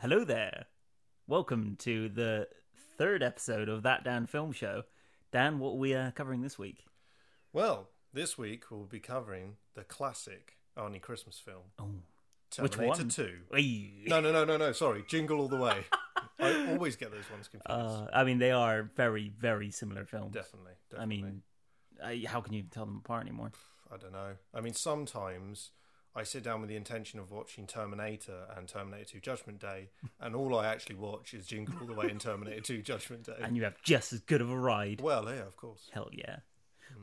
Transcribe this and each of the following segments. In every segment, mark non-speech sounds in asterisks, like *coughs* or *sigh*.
Hello there. Welcome to the third episode of That Dan Film Show. Dan, what are we uh, covering this week? Well, this week we'll be covering the classic Arnie Christmas film, Oh, which Terminator one? 2. Whee! No, no, no, no, no. Sorry, Jingle All *laughs* the Way. I always get those ones confused. Uh, I mean, they are very, very similar films. definitely, definitely. I mean, I, how can you tell them apart anymore? I don't know. I mean, sometimes I sit down with the intention of watching Terminator and Terminator 2 Judgment Day, and all I actually watch is Jingle All the Way and Terminator 2 Judgment Day. *laughs* And you have just as good of a ride. Well, yeah, of course. Hell yeah.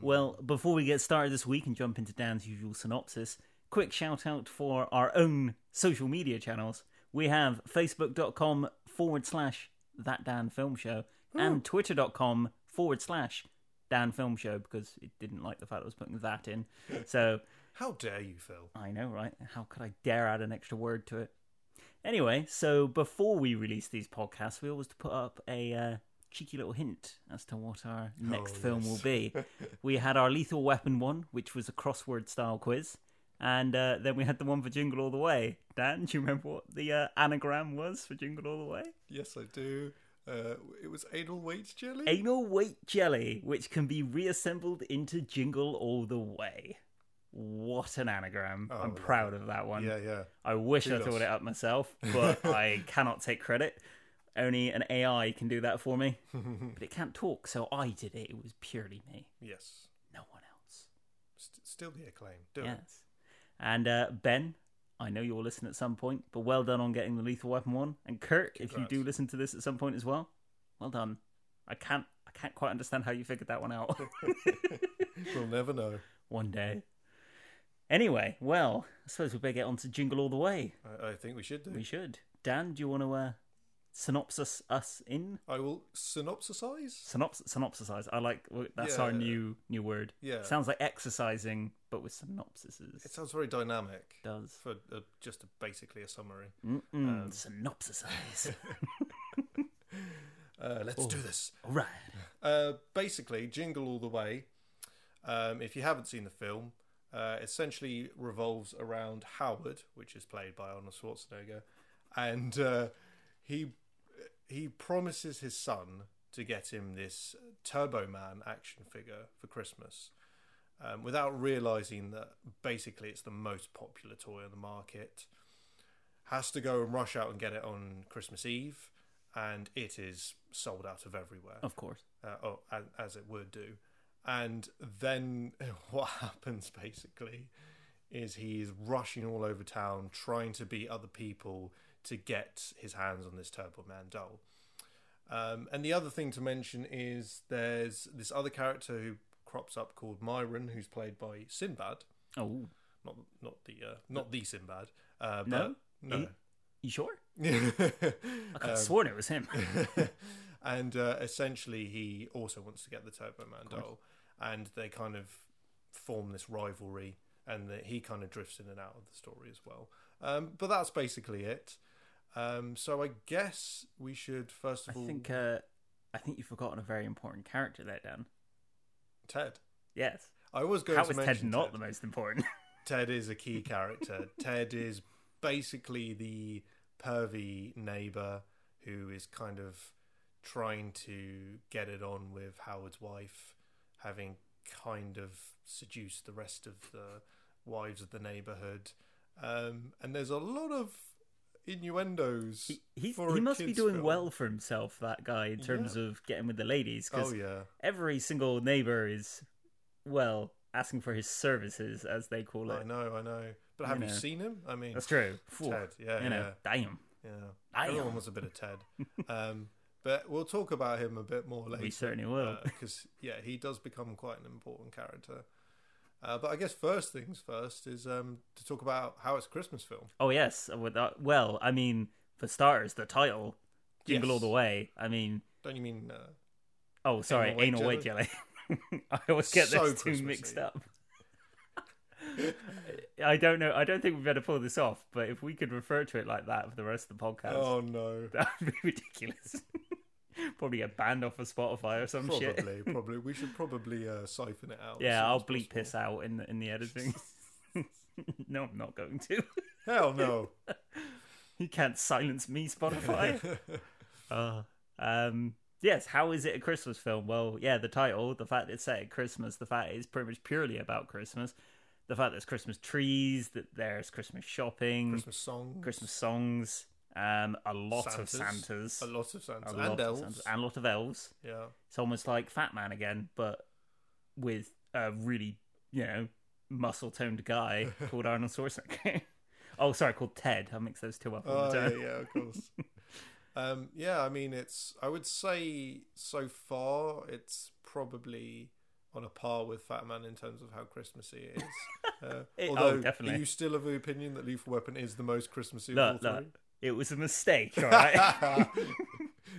Well, before we get started this week and jump into Dan's usual synopsis, quick shout out for our own social media channels. We have facebook.com forward slash that Dan Film Show and twitter.com forward slash Dan Film Show because it didn't like the fact I was putting that in. So How dare you, Phil? I know, right? How could I dare add an extra word to it? Anyway, so before we release these podcasts, we always put up a uh, cheeky little hint as to what our next Oh, film yes. will *laughs* be. we had our Lethal Weapon one, which was a crossword style quiz, and uh, then we had the one for Jingle All the Way. Dan, do you remember what the uh, anagram was for Jingle All the Way? Yes, I do. Uh, it was Adel Waite Jelly? Anal weight jelly, which can be reassembled into Jingle All the Way. What an anagram! Oh, I'm yeah. proud of that one. yeah, yeah. I wish I Kudos. thought it up myself, *laughs* but I cannot take credit. Only an AI can do that for me. but it can't talk, so I did it. It was purely me, *laughs* Yes. no one else. St- still the acclaim. Do it. Yes. And uh, Ben, I know you'll listen at some point, but well done on getting the Lethal Weapon one. And Kurt, if you Congrats. do listen to this at some point as well, well done. I can't. I can't quite understand how you figured that one *laughs* out. We'll never know. one day. Anyway, well, I suppose we better get on to Jingle All the Way. I, I think we should do. We should. Dan, do you want to uh, synopsis us in? I will synopsisize. Synops- synopsisize. I like that's our Yeah. new new word. Yeah. Sounds like exercising, but with synopsises. It It sounds very dynamic does. for uh, just a, basically a summary. Mm-mm. *laughs* synopsisize. Uh, Oh. let's do this. All right. Uh, basically, Jingle All the Way, um, if you haven't seen the film, uh, essentially revolves around Howard, which is played by Arnold Schwarzenegger, and uh, he he promises his son to get him this Turbo Man action figure for Christmas, um, without realizing that basically it's the most popular toy on the market. Has to go and rush out and get it on Christmas Eve, and it is sold out of everywhere Of course. uh, or as, as it would do. And then *laughs* what happens basically is he is rushing all over town trying to beat other people to get his hands on this Turbo Man doll. Um, and the other thing to mention is there's this other character who crops up called Myron, who's played by Sinbad, Oh, not not the uh, not the Sinbad. Uh, No? but, no. you sure? *laughs* I could Um, have sworn it was him. *laughs* and uh, essentially he also wants to get the Turbo Man doll, and they kind of form this rivalry, and that he kind of drifts in and out of the story as well. Um, but that's basically it. Um, so I guess we should first I of all, think. Uh, I think you've forgotten a very important character there, Dan. Ted. Yes. I was going How to is Ted mention not Ted. the most *laughs* important? Ted is a key character. Ted is basically the pervy neighbor who is kind of trying to get it on with Howard's wife, having kind of seduced the rest of the wives of the neighborhood. Um, and there's a lot of innuendos. he he, for a he must be kids' doing film. well for himself, that guy, in terms of getting with the ladies. 'cause Oh yeah, every single neighbor is well asking for his services as they call I it know, I know. But have you, know. seen him? I mean, that's true Phew. Ted. Yeah, you know yeah. damn Yeah, I everyone am. wants a bit of Ted. um, but we'll talk about him a bit more later. we certainly uh, will because yeah, he does become quite an important character. Uh, but I guess first things first is um, to talk about how it's a Christmas film. oh yes with that- well i mean for starters the title jingle all Yes. the way i mean Don't you mean? Uh, oh sorry Weight anal weight jelly *laughs* i always get So those two Christmassy. mixed up *laughs* i don't know i don't think we've ever pull this off but if we could refer to it like that for the rest of the podcast oh no, *laughs* that would be ridiculous *laughs* probably get banned off of spotify or some shit probably, probably. We should probably uh, siphon it out. as Yeah, soon I'll as bleep possible. this out in *laughs* the in the editing. no, I'm not going to. Hell no. *laughs* You can't silence me, *laughs* *laughs* Spotify. uh, um, yes, how is it a Christmas film? Well, yeah, the title, the fact it's set at Christmas, the fact it's pretty much purely about Christmas, the fact there's Christmas trees, that there's Christmas shopping, Christmas, Christmas songs, songs, um, a lot of Santas. Santas, a lot of Santa, a lot of and elves. Santas, and a lot of elves. yeah, It's almost like Fat Man again, but with a really, you know, muscle toned *laughs* guy called Arnold Schwarzenegger. *laughs* oh, sorry, called Ted. I mix those two up all oh the yeah, time. yeah, of course. *laughs* um, yeah, I mean, it's. I would say so far, it's probably on a par with Fat Man in terms of how Christmassy *laughs* it is. Uh, It- oh, although, definitely. are you still of the opinion that Lethal Weapon is the most Christmassy Look, of all look, three? it was a mistake, all *laughs* right? *laughs*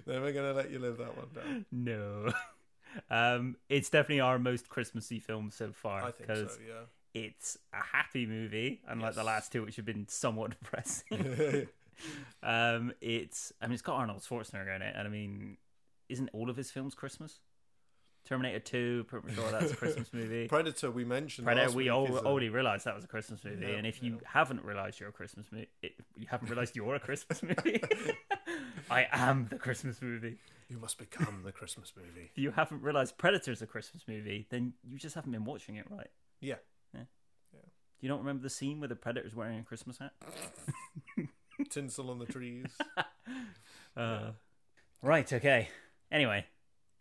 Then we're gonna let you live that one down. no. *laughs* Um, it's definitely our most Christmassy film so I far think so. because Yeah. it's a happy movie, unlike the Yes. last two, which have been somewhat *laughs* depressing. *laughs* um, it's, I mean, it's got Arnold Schwarzenegger in it, and I mean, isn't all of his films Christmas? Terminator Two, pretty sure that's a Christmas *laughs* movie. Predator, we mentioned. Predator, last we week all, is a- already realised that was a Christmas movie, Yeah, and if yeah. you haven't realised you're a Christmas movie, you haven't realised you're a Christmas *laughs* movie. I am the Christmas movie. You must become the Christmas movie. If you haven't realised Predator's a Christmas movie, then you just haven't been watching it right. Yeah. You don't remember the scene where the Predator's wearing a Christmas hat? Tinsel on the trees. *laughs* Uh, right, okay. Anyway,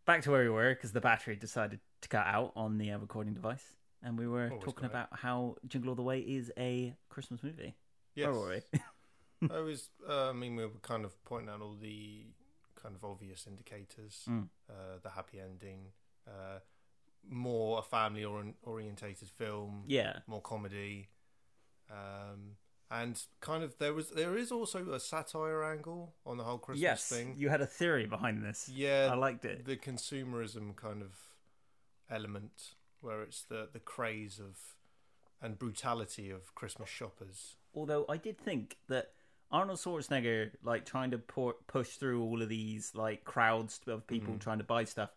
back to where we were because the battery decided to cut out on the uh, recording device. And we were Always talking got it. about how Jingle All the Way is a Christmas movie. Yes. Where were I was. Uh, I mean, we were kind of pointing out all the kind of obvious indicators, Mm. uh, the happy ending, uh, more a family or orientated film, we? *laughs* Yeah. more comedy, um, and kind of there was there is also a satire angle on the whole Christmas yes, thing. you had a theory behind this. Yeah, I liked it. the consumerism kind of element where it's the the craze of and brutality of Christmas shoppers. Although I did think that Arnold Schwarzenegger, like trying to pour, push through all of these like crowds of Mm-hmm. people trying to buy stuff,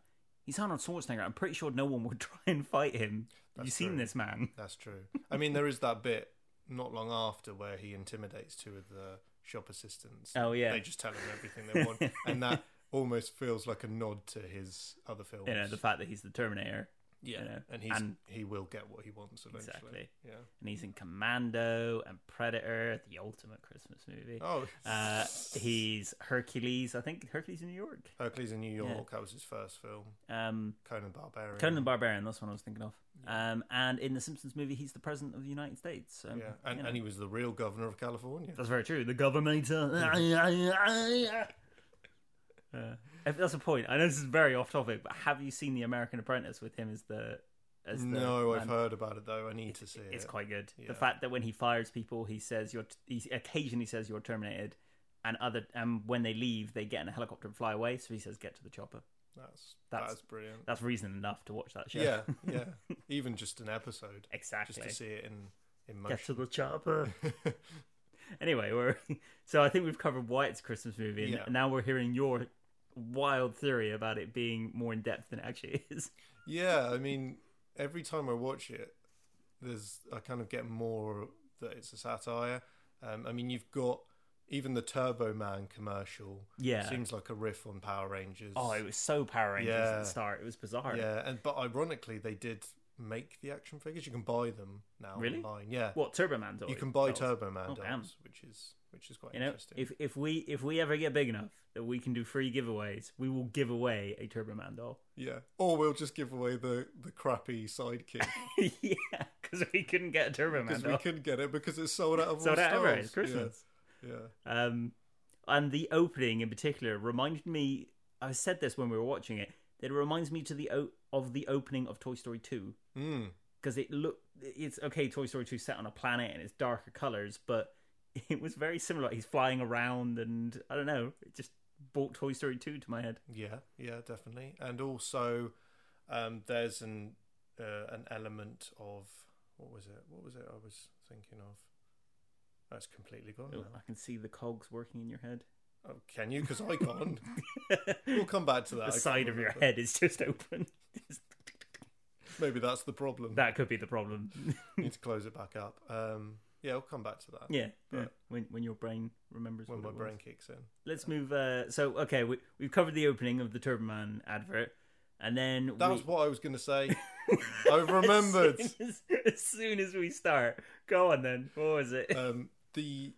he's Arnold Schwarzenegger. I'm pretty sure no one would *laughs* try and fight him. Have you That's seen true. this man? That's true. I mean, there is that bit not long after where he intimidates two of the shop assistants. Oh, yeah. they just tell him everything they want, *laughs* and that almost feels like a nod to his other films. You know the fact that he's the Terminator yeah, you know, and he's and- he will get what he wants eventually. Exactly. Yeah. and he's in Commando and Predator, the ultimate Christmas movie. Oh, Uh, he's Hercules, I think Hercules in New York. Hercules in New York. Yeah. That was his first film. Um, Conan the Barbarian. Conan the Barbarian, that's what I was thinking of. Um, and in the Simpsons movie, he's the president of the United States. So, Yeah, and, you know. and he was the real governor of California. That's very true. The *laughs* government. Uh, if that's a point. I know this is very off topic, but have you seen The American Apprentice with him as the? As the No, I've man? heard about it though. I need to see It's it. quite good. Yeah. The fact that when he fires people, he says you're. He occasionally says you're terminated, and other and when they leave, they get in a helicopter and fly away. So he says get to the chopper. That's That's- that's brilliant. That's reason enough to watch that show. Yeah, yeah. Even just an episode, *laughs* exactly. just to see it in in get to motion. the chopper. *laughs* anyway, we're so I think we've covered why it's a Christmas movie, and Yeah. now we're hearing your wild theory about it being more in depth than it actually *laughs* is. *laughs* Yeah, I mean, every time I watch it, there's I kind of get more that it's a satire. Um, I mean, you've got even the Turbo Man commercial. Yeah. seems like a riff on Power Rangers. Oh, it was so Power Rangers at Yeah. the start. It was bizarre. yeah, and but ironically, they did make the action figures. You can buy them now Really? online. Yeah, What Turbo Man dolls? you can buy dolls. Turbo Man Oh, damn. dolls, which is which is quite You know, interesting. if if we if we ever get big enough that we can do free giveaways, we will give away a Turbo Man doll. *laughs* Yeah, or we'll just give away the the crappy sidekick yeah, because we couldn't get a Turbo *laughs* Man because we doll, couldn't get it because it's sold out of so all that ever stores. it's Christmas. Yeah, yeah. Um, and the opening in particular reminded me. I said this when we were watching it. That it reminds me to the o- of the opening of Toy Story Two Mm. because it look it's okay. Toy Story Two set on a planet and it's darker colors, but *laughs* it was very similar. He's flying around, and I don't know. It just brought Toy Story Two to my head. Yeah, yeah, definitely. And also, um, there's an uh, an element of what was it? What was it? I was thinking of. That's completely gone. Oh, now. I can see the cogs working in your head. *laughs* Oh, can you? Because I can't. we'll come *laughs* back to that. I the can't side of your remember. head is just *laughs* open. Maybe that's the problem. that could be the problem. Need to close it back up. Um, Yeah, we'll come back to that *laughs* Yeah, *laughs* But- yeah, when when your brain remembers when what my it was. brain kicks in. Let's move. Uh, so okay, we we've covered the opening of the Turbo Man advert, and then That we, was what I was going to say. I *laughs* remembered. As soon as, as soon as we start, go on then. What was it? um, the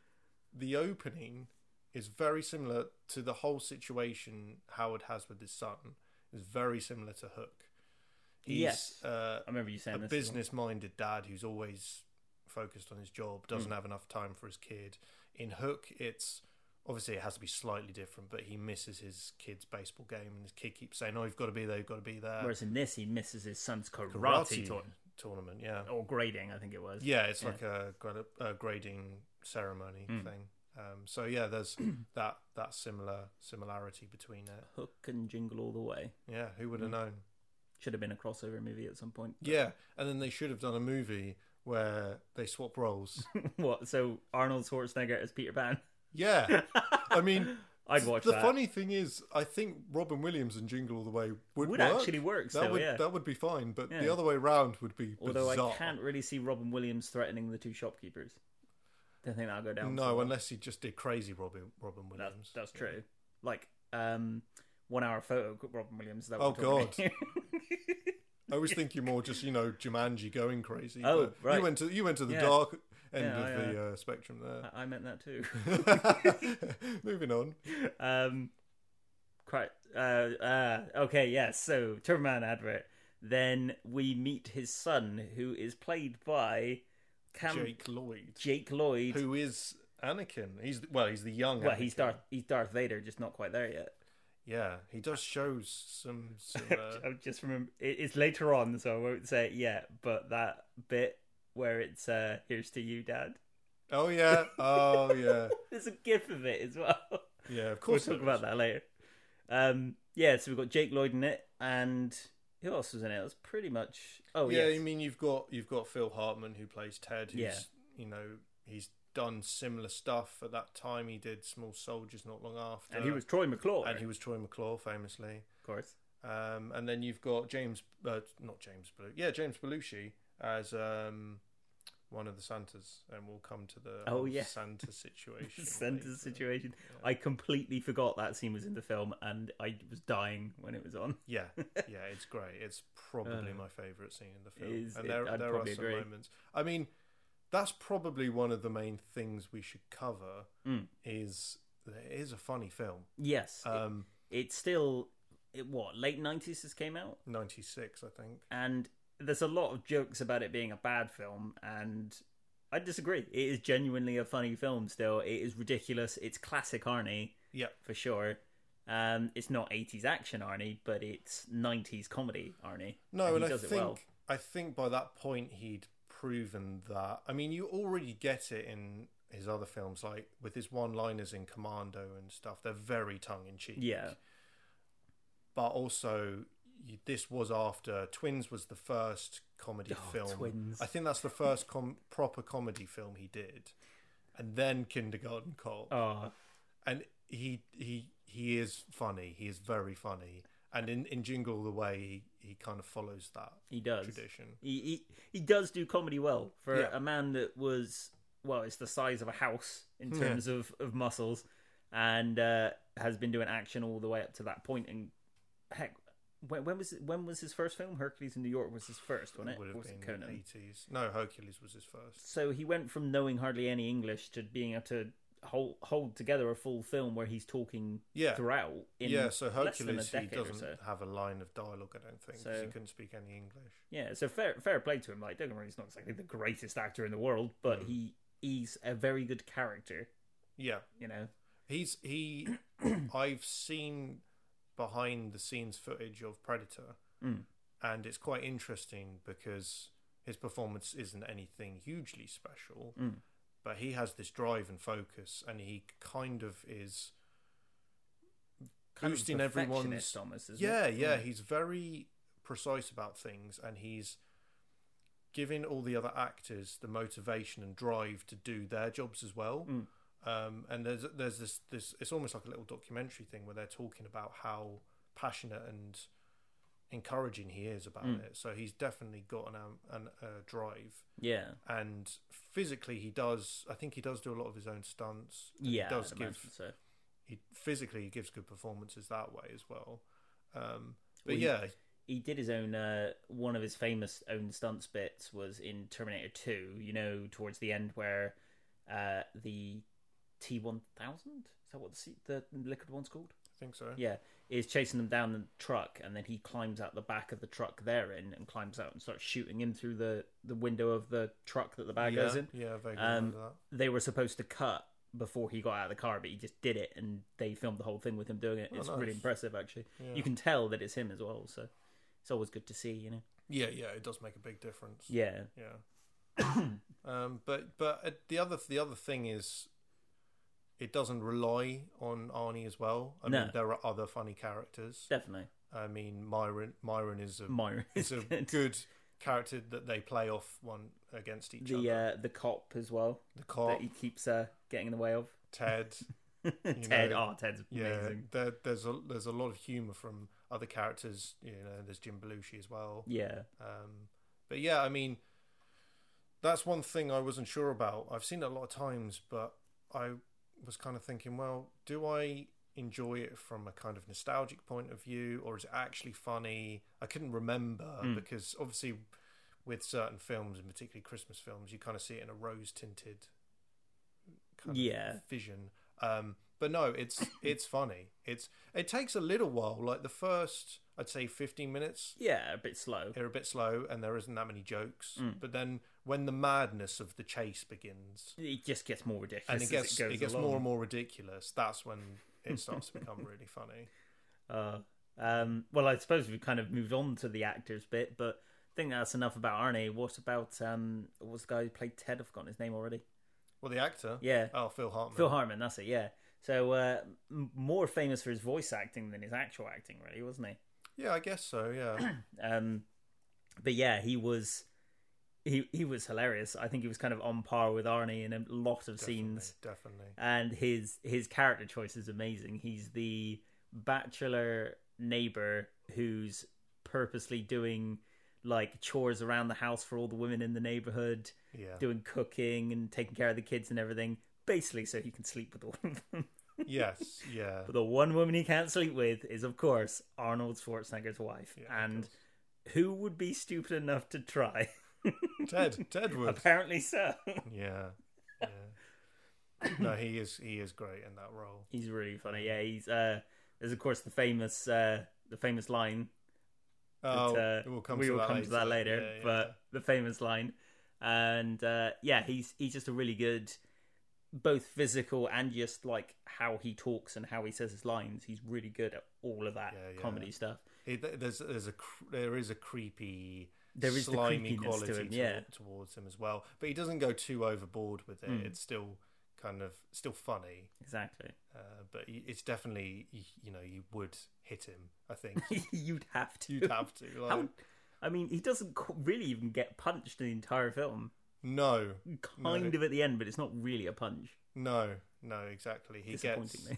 the opening is very similar to the whole situation Howard has with his son. Is very similar to Hook. He's Yes. uh, *laughs* I remember you saying a this. business-minded dad who's always focused on his job, Mm. doesn't have enough time for his kid. In Hook, it's obviously it has to be slightly different, but he misses his kid's baseball game, and his kid keeps saying, "Oh, you've got to be there, you've got to be there." Whereas in this, he misses his son's karate, tour- tournament, yeah. or grading, I think it was. Yeah, it's Yeah. Hmm. like a, grad- a grading ceremony thing. Um, so yeah, there's *clears throat* that that similar similarity between it. Hook and Jingle All the Way Yeah, who Hmm. would have known? should have been a crossover movie at some point. Yeah, and then they should have done a movie where they swap roles. *laughs* what? So Arnold Schwarzenegger as Peter Pan. yeah, I mean, *laughs* I'd watch the that. funny thing is, I think Robin Williams and Jingle All the Way would, Would work. actually work That still, would yeah. that would be fine, but the Yeah. other way round would be bizarre. Although I can't really see Robin Williams threatening the two shopkeepers. Don't think that'll go down. so No, well. unless he just did crazy Robin Robin That- Williams. that's true. Like um, one hour photo, Robin Williams. That Oh, we're talking about. I was thinking more just you know Jumanji going crazy. Oh, but right. You went to you went to the Yeah. dark end Yeah, Uh. of I, the uh, spectrum there. *laughs* I, I meant that too. *laughs* *laughs* Moving on. Um, quite. Uh, uh, okay, yes. so Turbo Man advert. Then we meet his son, who is played by Cam- Jake Lloyd, Jake Lloyd. who is Anakin. He's well, he's the young. well, Anakin. he's Darth. He's Darth Vader, just not quite there yet. Yeah, he does shows some. *laughs* some uh, I just remember it, it's later on, so I won't say it yet. But that bit where it's uh, "Here's to you, Dad." *laughs* oh yeah, oh yeah, There's a gif of it as *laughs* well. yeah. Of We'll course, talk there about is. that later. Um, yeah, so we've got Jake Lloyd in it, and who else was in it? That's pretty much. Oh yeah, yes. I mean you've got you've got Phil Hartman who plays Ted. Who's, Yeah. you know he's done similar stuff at that time. He did Small Soldiers not long after, and he was Troy McClure, uh, and he was Troy McClure famously. of course. Um, and then you've got James, uh, not James Belushi, yeah, James Belushi as um, one of the Santas, and we'll come to the Oh, whole yeah. *laughs* Santa situation. Center later. situation. I completely forgot that scene was in the film, and I was dying when it was on. *laughs* Yeah, yeah, it's great. It's probably my favourite scene in the film, Uh, is- and it- there, I'd there are probably some agree. moments. I mean, that's probably one of the main things we should cover. Is that it is a funny film. Yes, it- Um, Mm. it's still it, what late nineties this came out, ninety six, I think. and there's a lot of jokes about it being a bad film, and I disagree. It is genuinely a funny film. Still, it is ridiculous. It's classic Arnie. Yeah, for sure. Um, it's not 80s action Arnie, but it's 90s comedy Arnie. No, he and, I does it think well. I think by that point he'd proven that. I mean, you already get it in his other films, like with his one-liners in Commando and stuff. They're very tongue-in-cheek. Yeah, but also you, this was after Twins was the first comedy Oh, film. Twins. I think that's the first com- proper comedy film he did, and then Kindergarten Cop. oh, And he he he is funny. He is very funny. And in, in Jingle All the Way, he, he kind of follows that he does. tradition. He, he he does do comedy well for Yeah. a man that was well, it's the size of a house in terms of of muscles, and uh, has been doing action all the way up to that point. And heck, when, when was it, when was his first film? Hercules in New York was his first, wasn't it? Or would have was it been Conan? 80s. No, Hercules was his first. so he went from knowing hardly any English to being able to hold hold together a full film where he's talking Yeah. throughout. In yeah, so less than a Hercules, he decade or doesn't so. have a line of dialogue, I don't think, 'cause So- he couldn't speak any English. Yeah, so fair fair play to him. Like, don't get me wrong, he's not exactly the greatest actor in the world, but Mm. he he's a very good character. Yeah, You know, he's he. *clears throat* I've seen behind the scenes footage of Predator, Hmm. and it's quite interesting because his performance isn't anything hugely special, Hmm. but he has this drive and focus, and he kind of is. kind of Boosting perfectionist everyone's- almost. Isn't yeah, it? Mm. yeah, he's very precise about things, and he's giving all the other actors the motivation and drive to do their jobs as well. Mm. Um, and there's there's this this it's almost like a little documentary thing where they're talking about how passionate and encouraging he is about Mm. it. So he's definitely got an, am- an a drive, Yeah. and physically he does. I think he does do a lot of his own stunts. and Yeah. he does I'd give imagine so. he physically he gives good performances that way as well. Um, but Well, he- yeah, he did his own uh, one of his famous own stunts bits was in Terminator Two. You know, towards the end where uh, the T one thousand is that what the, se- the liquid one's called? I think so. Yeah, is chasing them down the truck, and then he climbs out the back of the truck they're in and climbs out and starts shooting him through the the window of the truck that the bad yeah, guys in. yeah, I vaguely Um, remember that. They were supposed to cut before he got out of the car, but he just did it, and they filmed the whole thing with him doing it. Oh, it's nice. really impressive, actually. Yeah. You can tell that it's him as well, so it's always good to see, you know. Yeah, yeah, it does make a big difference. Yeah. Yeah. *coughs* um, but but uh, the other the other thing is, it doesn't rely on Arnie as well. I No. mean, there are other funny characters. Definitely. I mean, Myron Myron is a Myron is is a *laughs* good. good character that they play off one against each The other. uh, the cop as well the cop, that he keeps uh, getting in the way of. *laughs* Ted. Ted, know, oh Ted's Yeah, amazing. there, there's a there's a lot of humor from other characters. You know, there's Jim Belushi as well. Yeah, Um, but yeah, I mean, that's one thing I wasn't sure about. I've seen it a lot of times, but I was kind of thinking, well, do I enjoy it from a kind of nostalgic point of view, or is it actually funny? I couldn't remember because obviously, with certain films, and particularly Christmas films, you kind of see it in a rose tinted kind Yeah. of vision. Um, but no, it's it's funny. It's it takes a little while. Like the first, I'd say, fifteen minutes yeah, a bit slow. they're a bit slow and there isn't that many jokes. Mm. But then when the madness of the chase begins It just gets more ridiculous and it as gets it goes it gets along. more and more ridiculous, that's when it starts *laughs* to become really funny. Uh, um, well, I suppose we've kind of moved on to the actors bit, but I think that's enough about Arnie. What about um, what's the guy who played Ted? I've forgotten his name already. Well, the actor, Yeah, oh Phil Hartman, Phil Hartman. That's it. Yeah. So uh, m- more famous for his voice acting than his actual acting, really, wasn't he? yeah, I guess *coughs* so, yeah, Um, but yeah, he was he he was hilarious. I think he was kind of on par with Arnie in a lot of scenes, definitely. and his his character choice is amazing. He's the bachelor neighbor who's purposely doing like chores around the house for all the women in the neighborhood, Yeah, doing cooking and taking care of the kids and everything, basically so he can sleep with all of them. yes, yeah, *laughs* But the one woman he can't sleep with is, of course, Arnold Schwarzenegger's wife. Yeah, of and who would be stupid enough to try? Ted, *laughs* Ted would, Apparently so. yeah, *coughs* yeah. No, he is he is great in that role. he's really funny. Yeah, he's uh there's of course the famous uh the famous line Oh, that, uh, we'll come we to will that come later. to that later, Yeah, yeah. but the famous line. And uh yeah, he's he's just a really good both physical and just like how he talks and how he says his lines. He's really good at all of that Yeah, yeah. comedy stuff. It, th- there's there's a cr- there is a creepy There is the slimy creepiness to quality him, yeah. to- towards him as well but he doesn't go too overboard with it Hmm. it's still kind of still funny Exactly. *laughs* uh, but y- it's definitely y- you know you would hit him *laughs* i think You'd have to. you'd have to like How, I mean, he doesn't qu- really even get punched in the entire film. no Kind of at the end, but it's not really a punch. no no exactly he gets Disappointingly,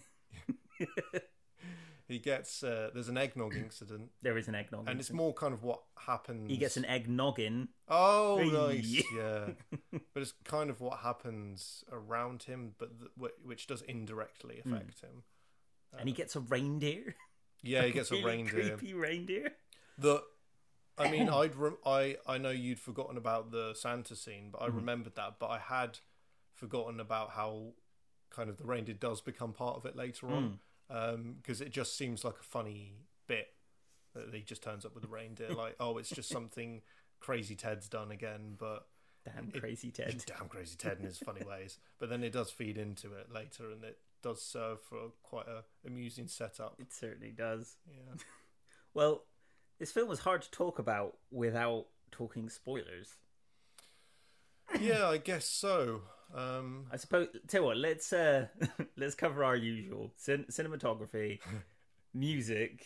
*laughs* he gets uh, there's an eggnog incident there is an eggnog. and it's more kind of what happens he gets an eggnog in. Oh, Hey. *laughs* nice. Yeah. but it's kind of what happens around him, but th- wh- which does indirectly Hmm. affect him. and he gets a reindeer. Uh. Yeah, he gets a *laughs* Really reindeer. creepy reindeer. The, *laughs* I mean, I'd rem- I I know you'd forgotten about the Santa scene, Hmm. but I remembered that. But I had forgotten about how kind of the reindeer does become part of it later on, Hmm. because it just seems like a funny bit that he just turns up with a reindeer. like, oh, it's just something crazy Ted's done again, but. Damn crazy Ted. damn crazy Ted in his *laughs* funny ways. But then it does feed into it later, and it does serve for quite a *coughs* amusing setup. It certainly does. Yeah, *laughs* Well, this film was hard to talk about without talking spoilers. yeah, I guess so. Um, I suppose. Tell you what, let's uh, *laughs* let's cover our usual cin- *laughs* cinematography, music,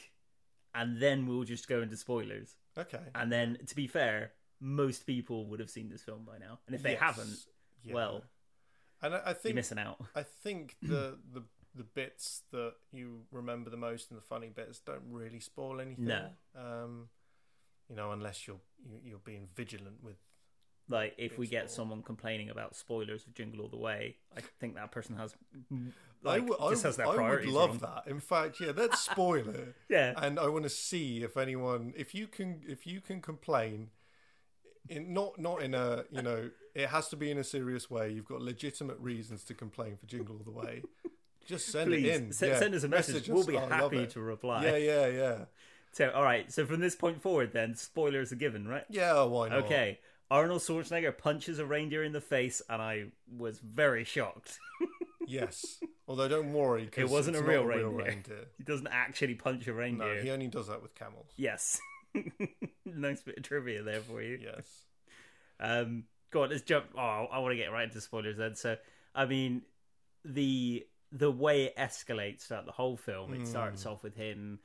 and then we'll just go into spoilers. okay. And then, to be fair, most people would have seen this film by now, and if they Yes. haven't, Yeah. well, and I, I you're think missing out. *laughs* I think the the the bits that you remember the most and the funny bits don't really spoil anything. No. Um, you know, unless you're you- you're being vigilant with. Like if we get Baseball. someone complaining about spoilers of Jingle All the Way, I think that person has like I would, just I, has their would- I would priorities love wrong. that. In fact, yeah, *laughs* let's spoil it. Yeah. and I want to see if anyone, if you can, if you can complain, in not not in a you know, it has to be in a serious way. You've got legitimate reasons to complain for Jingle All the Way. Just send Please it in. se- Yeah, send us a message. we'll us. Oh, be I love happy it. to reply. Yeah, yeah, yeah, So, all right. So from this point forward, then spoilers are given, right? yeah. Why not? Okay. Arnold Schwarzenegger punches a reindeer in the face, and I was very shocked. Yes. Although don't worry, 'cause It wasn't it's a not real real reindeer. reindeer. He doesn't actually punch a No, reindeer. he only does that with camels. Yes. *laughs* nice bit of trivia there for you. Yes. Um, go on, let's jump. Oh, I want to get right into spoilers then. So, I mean, the the way it escalates throughout the whole film, it Hmm. starts off with him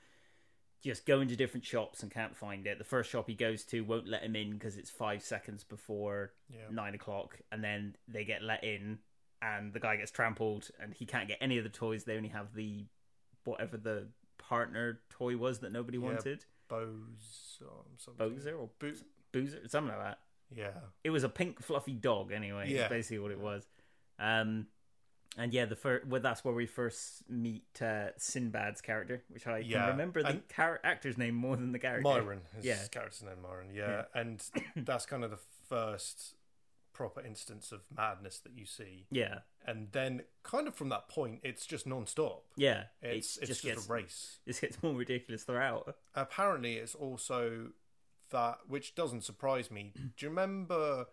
just going to different shops and can't find it. The first shop he goes to won't let him in because it's five seconds before Yeah. nine o'clock, and then they get let in, and the guy gets trampled, and he can't get any of the toys. They only have the whatever the partner toy was that nobody Yeah. wanted. Bows or something. Boozer or Bo- Boozer, something like that yeah. it was a pink fluffy dog anyway. Yeah. Yeah. basically what it was. Um, and yeah, the first well, that's where we first meet uh, Sinbad's character, which I Yeah, can remember the and- char- actor's name more than the character. Myron. His Yeah. Mm-hmm. character's name Myron. Yeah. And *coughs* that's kind of the first proper instance of madness that you see. Yeah, And then kind of from that point it's just non stop. yeah. It's it it's just, gets a race. just gets more ridiculous throughout. Apparently it's also that which doesn't *coughs* surprise me. Do you remember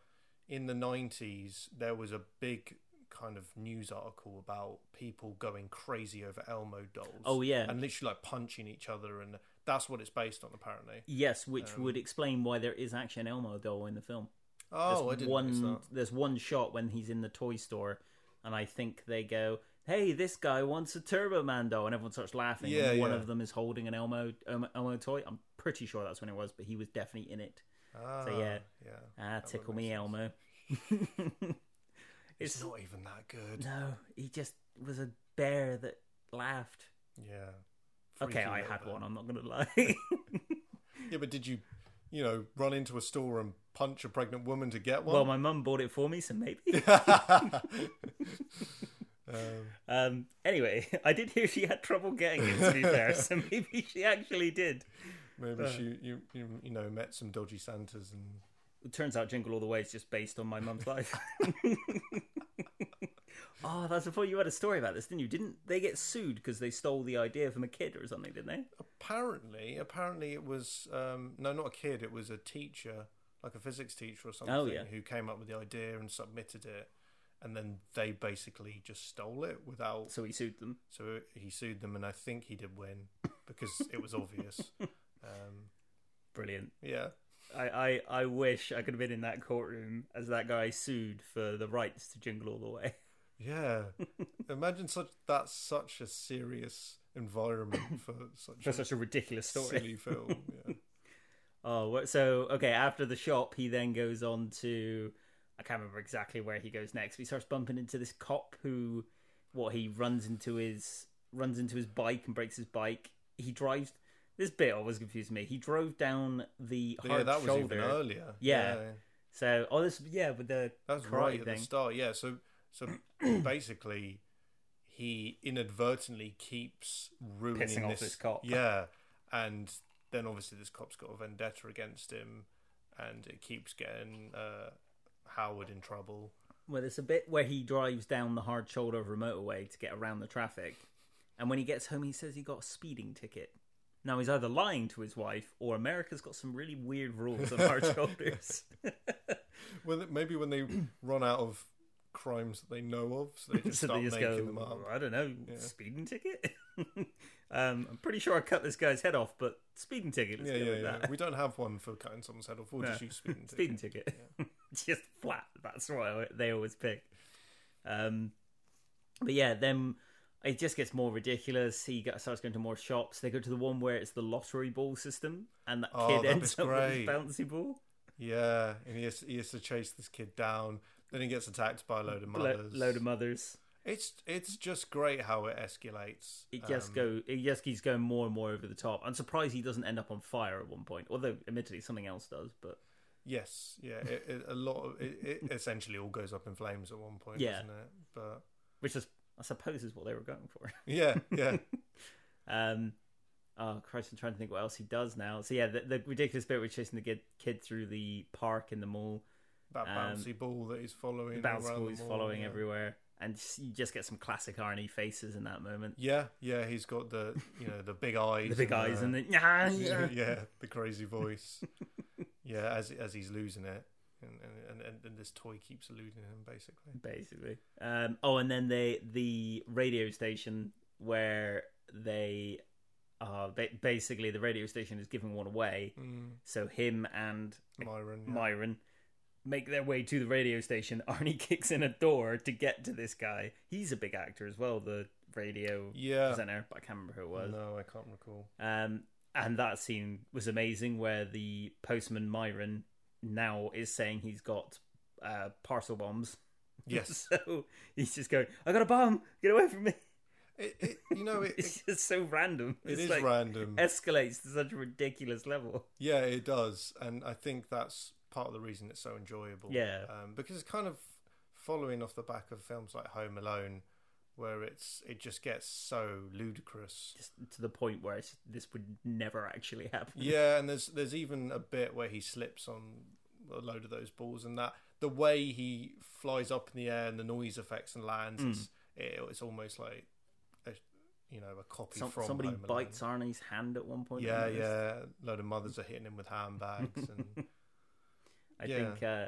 in the nineties there was a big kind of news article about people going crazy over Elmo dolls. Oh, yeah. And literally like punching each other and that's what it's based on apparently. Yes, which Um, would explain why there is actually an Elmo doll in the film. There's Oh, I didn't one notice that. there's one shot when he's in the toy store, and I think they go, "Hey, this guy wants a Turbo Man doll," and everyone starts laughing. Yeah, and one yeah. of them is holding an Elmo Elmo, Elmo toy. I'm pretty sure that's when it was, but he was definitely in it. Ah, yeah. yeah. Ah, That tickle would me, make sense. Elmo. *laughs* It's not even that good. No, he just was a bear that laughed. Yeah. Okay, Freaky I little had bit. one. I'm not gonna *laughs* lie. *laughs* Yeah, but did you, you know, run into a store and punch a pregnant woman to get well, *laughs* one? my mum bought it for me, so maybe. *laughs* Um, Um, anyway, *laughs* I did hear she had trouble getting it. To be fair, *laughs* so maybe she actually did. maybe Uh. she, you, you, you know, met some dodgy Santas and It turns out Jingle All the Way is just based on my mum's *laughs* life. oh, that's the point. You had a story about this, didn't you? Didn't they get sued because they stole the idea from a kid or something? Didn't they? apparently, apparently it was um, no, not a kid. It was a teacher, like a physics teacher or something, Oh, yeah. who came up with the idea and submitted it, and then they basically just stole it without So he sued them. So he sued them, and I think he did win because it was obvious. *laughs* Um, Brilliant. yeah, I, I, I wish I could have been in that courtroom as that guy sued for the rights to Jingle All the Way. yeah. Imagine such that's such a serious environment for For such such a ridiculous a story. silly film. Yeah. *laughs* Oh, well, so okay. After the shop, he then goes on to I can't remember exactly where he goes next. But he starts bumping into this cop who, what he runs into his runs into his bike and breaks his bike. He drives. This bit always confused me. He drove down the But hard yeah, that was shoulder. even earlier. Yeah. So, oh, this yeah, with the that's karate right at thing. the start. Yeah, so *clears throat* so basically, he inadvertently keeps ruining Pissing off this, this cop. Yeah, and then obviously this cop's got a vendetta against him, and it keeps getting uh, Howard in trouble. Well, there's a bit where he drives down the hard shoulder of a motorway to get around the traffic, and when he gets home, he says he got a speeding ticket. Now he's either lying to his wife or America's got some really weird rules on *laughs* hard shoulders. Well, th- maybe when *clears throat* they run out of crimes that they know of, so they *laughs* *laughs* just so start they just making go, them up. I don't know, speeding ticket. *laughs* um, I'm pretty sure I cut this guy's head off, but speeding ticket. Let's Yeah, go yeah, with yeah. that. We don't have one for cutting someone's head off. We'll just No. *laughs* use speeding ticket. Speeding ticket. *laughs* Just flat. That's what I- they always pick. Um, but yeah, then it just gets more ridiculous. He got- starts going to more shops. They go to the one where it's the lottery ball system, and that Oh, kid that ends bit's up with his great. bouncy ball. Yeah, and he has, he has to chase this kid down. Then he gets attacked by a load of Lo- mothers. load of mothers. It's it's just great how it escalates. It just Um, go. It just keeps going more and more over the top. I'm surprised he doesn't end up on fire at one point. Although, admittedly, something else does. But Yes, yeah. It, it, a lot of it, it essentially all goes up in flames at one point, Yeah. doesn't it? But which is, I suppose, is what they were going for. yeah, *laughs* yeah, Um, oh Christ, I'm trying to think what else he does now. So yeah, the, the ridiculous bit with chasing the kid, kid through the park in the mall, Um, that bouncy ball that he's following, the bounce around ball the he's mall, following yeah. everywhere, and just- you just get some classic Arnie faces in that moment. Yeah, yeah. He's got the you know the big *laughs* eyes, The big eyes and the yeah, *laughs* yeah. *laughs* yeah, the crazy voice. yeah, as as he's losing it, and and, and and this toy keeps eluding him basically. basically. Um, oh, and then they the radio station where they uh ba- basically the radio station is giving one away, Mm, so him and Myron, yeah. Myron make their way to the radio station. *laughs* Arnie kicks in a door to get to this guy. He's a big actor as well, the radio yeah. presenter, but I can't remember who it was. No, I can't recall. Um, and that scene was amazing where the postman Myron now is saying he's got uh, parcel bombs. *laughs* Yes, so he's just going, I got a bomb, get away from me. it, it, you know it, it, *laughs* It's just so random. it it's is like, random. escalates to such a ridiculous level. Yeah, it does, and I think that's part of the reason it's so enjoyable. Yeah. um, because it's kind of following off the back of films like Home Alone, where it's it just gets so ludicrous. Just to the point where it's, this would never actually happen. Yeah, and there's there's even a bit where he slips on a load of those balls, and that the way he flies up in the air and the noise effects and lands, Hmm. it's, it, it's almost like a, you know a copy Some, from somebody Home Alone. bites Arnie's hand at one point. I Yeah, noticed. yeah. load of mothers are hitting him with handbags, and I Yeah. think uh,